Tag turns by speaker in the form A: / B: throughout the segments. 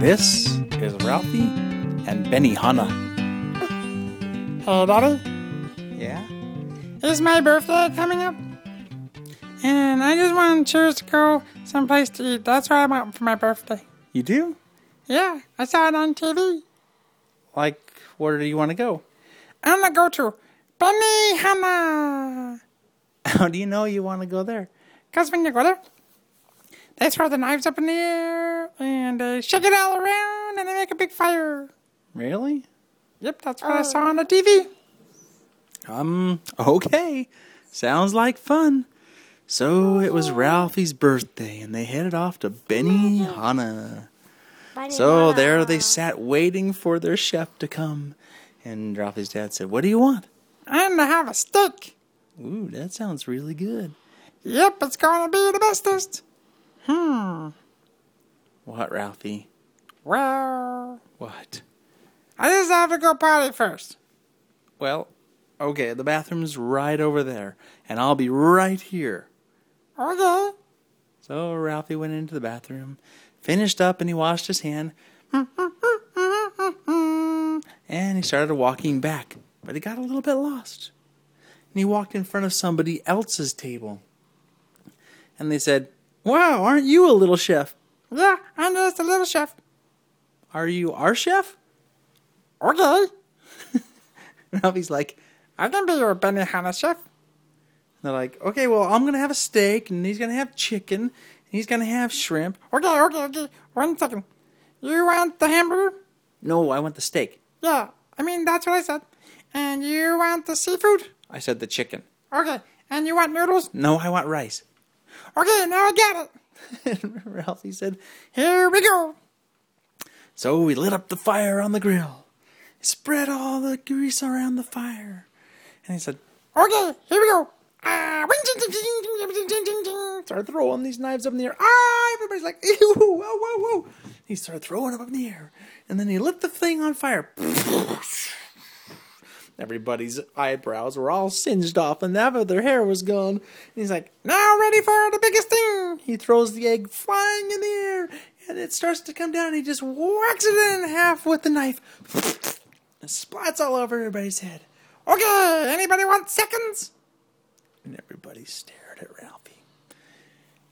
A: This is Ralphie and Benny Hanna.
B: Hey, Daddy.
A: Yeah?
B: It's my birthday coming up. And I just want to choose to go someplace to eat. That's what I want for my birthday.
A: You do?
B: Yeah, I saw it on TV.
A: Like, where do you want to go?
B: I'm going to go to Benihana.
A: How do you know you want to go there?
B: Because when you go there, they throw the knives up in the air and they shake it all around and they make a big fire.
A: Really?
B: Yep, that's what I saw on the TV.
A: Um, okay. Sounds like fun. So it was Ralphie's birthday, and they headed off to Benny Hanna. So there they sat waiting for their chef to come. And Ralphie's dad said, What do you want?
B: I'm going to have a steak.
A: Ooh, that sounds really good.
B: Yep, it's going to be the bestest.
A: What, Ralphie?
B: Well,
A: What?
B: I just have to go potty first.
A: Well, okay, the bathroom's right over there, and I'll be right here.
B: Okay.
A: So Ralphie went into the bathroom, finished up, and he washed his hand. And he started walking back, but he got a little bit lost. And he walked in front of somebody else's table. And they said, Wow, aren't you a little chef?
B: Yeah, I'm just a little chef.
A: Are you our chef?
B: Okay,
A: Ralphie's like,
B: I can be your Benihana chef.
A: They're like, okay, well, I'm going to have a steak, and he's going to have chicken, and he's going to have shrimp.
B: Okay, okay, okay. One second. You want the hamburger?
A: No, I want the steak.
B: Yeah, I mean, that's what I said. And you want the seafood?
A: I said the chicken.
B: Okay, and you want noodles?
A: No, I want rice.
B: Okay, now I get it.
A: and Ralphie said,
B: Here we go.
A: So we lit up the fire on the grill, spread all the grease around the fire. And he said,
B: Okay, here we go. Ah, wing, ding, ding, ding, ding, ding, ding, ding, ding.
A: Start throwing these knives up in the air. Ah, everybody's like, ew, whoa, whoa, whoa. He started throwing them up in the air. And then he lit the thing on fire. Everybody's eyebrows were all singed off, and half of their hair was gone. And he's like,
B: Now ready for the biggest thing.
A: He throws the egg flying in the air, and it starts to come down. And he just whacks it in half with the knife. and splats all over everybody's head.
B: Okay, anybody want seconds?
A: And everybody stared at Ralphie.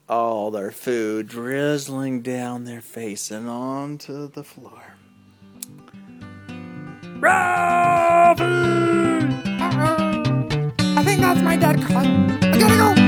A: All their food drizzling down their face and onto the floor. Ralphie!
B: Uh-oh. I think that's my dad calling. I gotta go.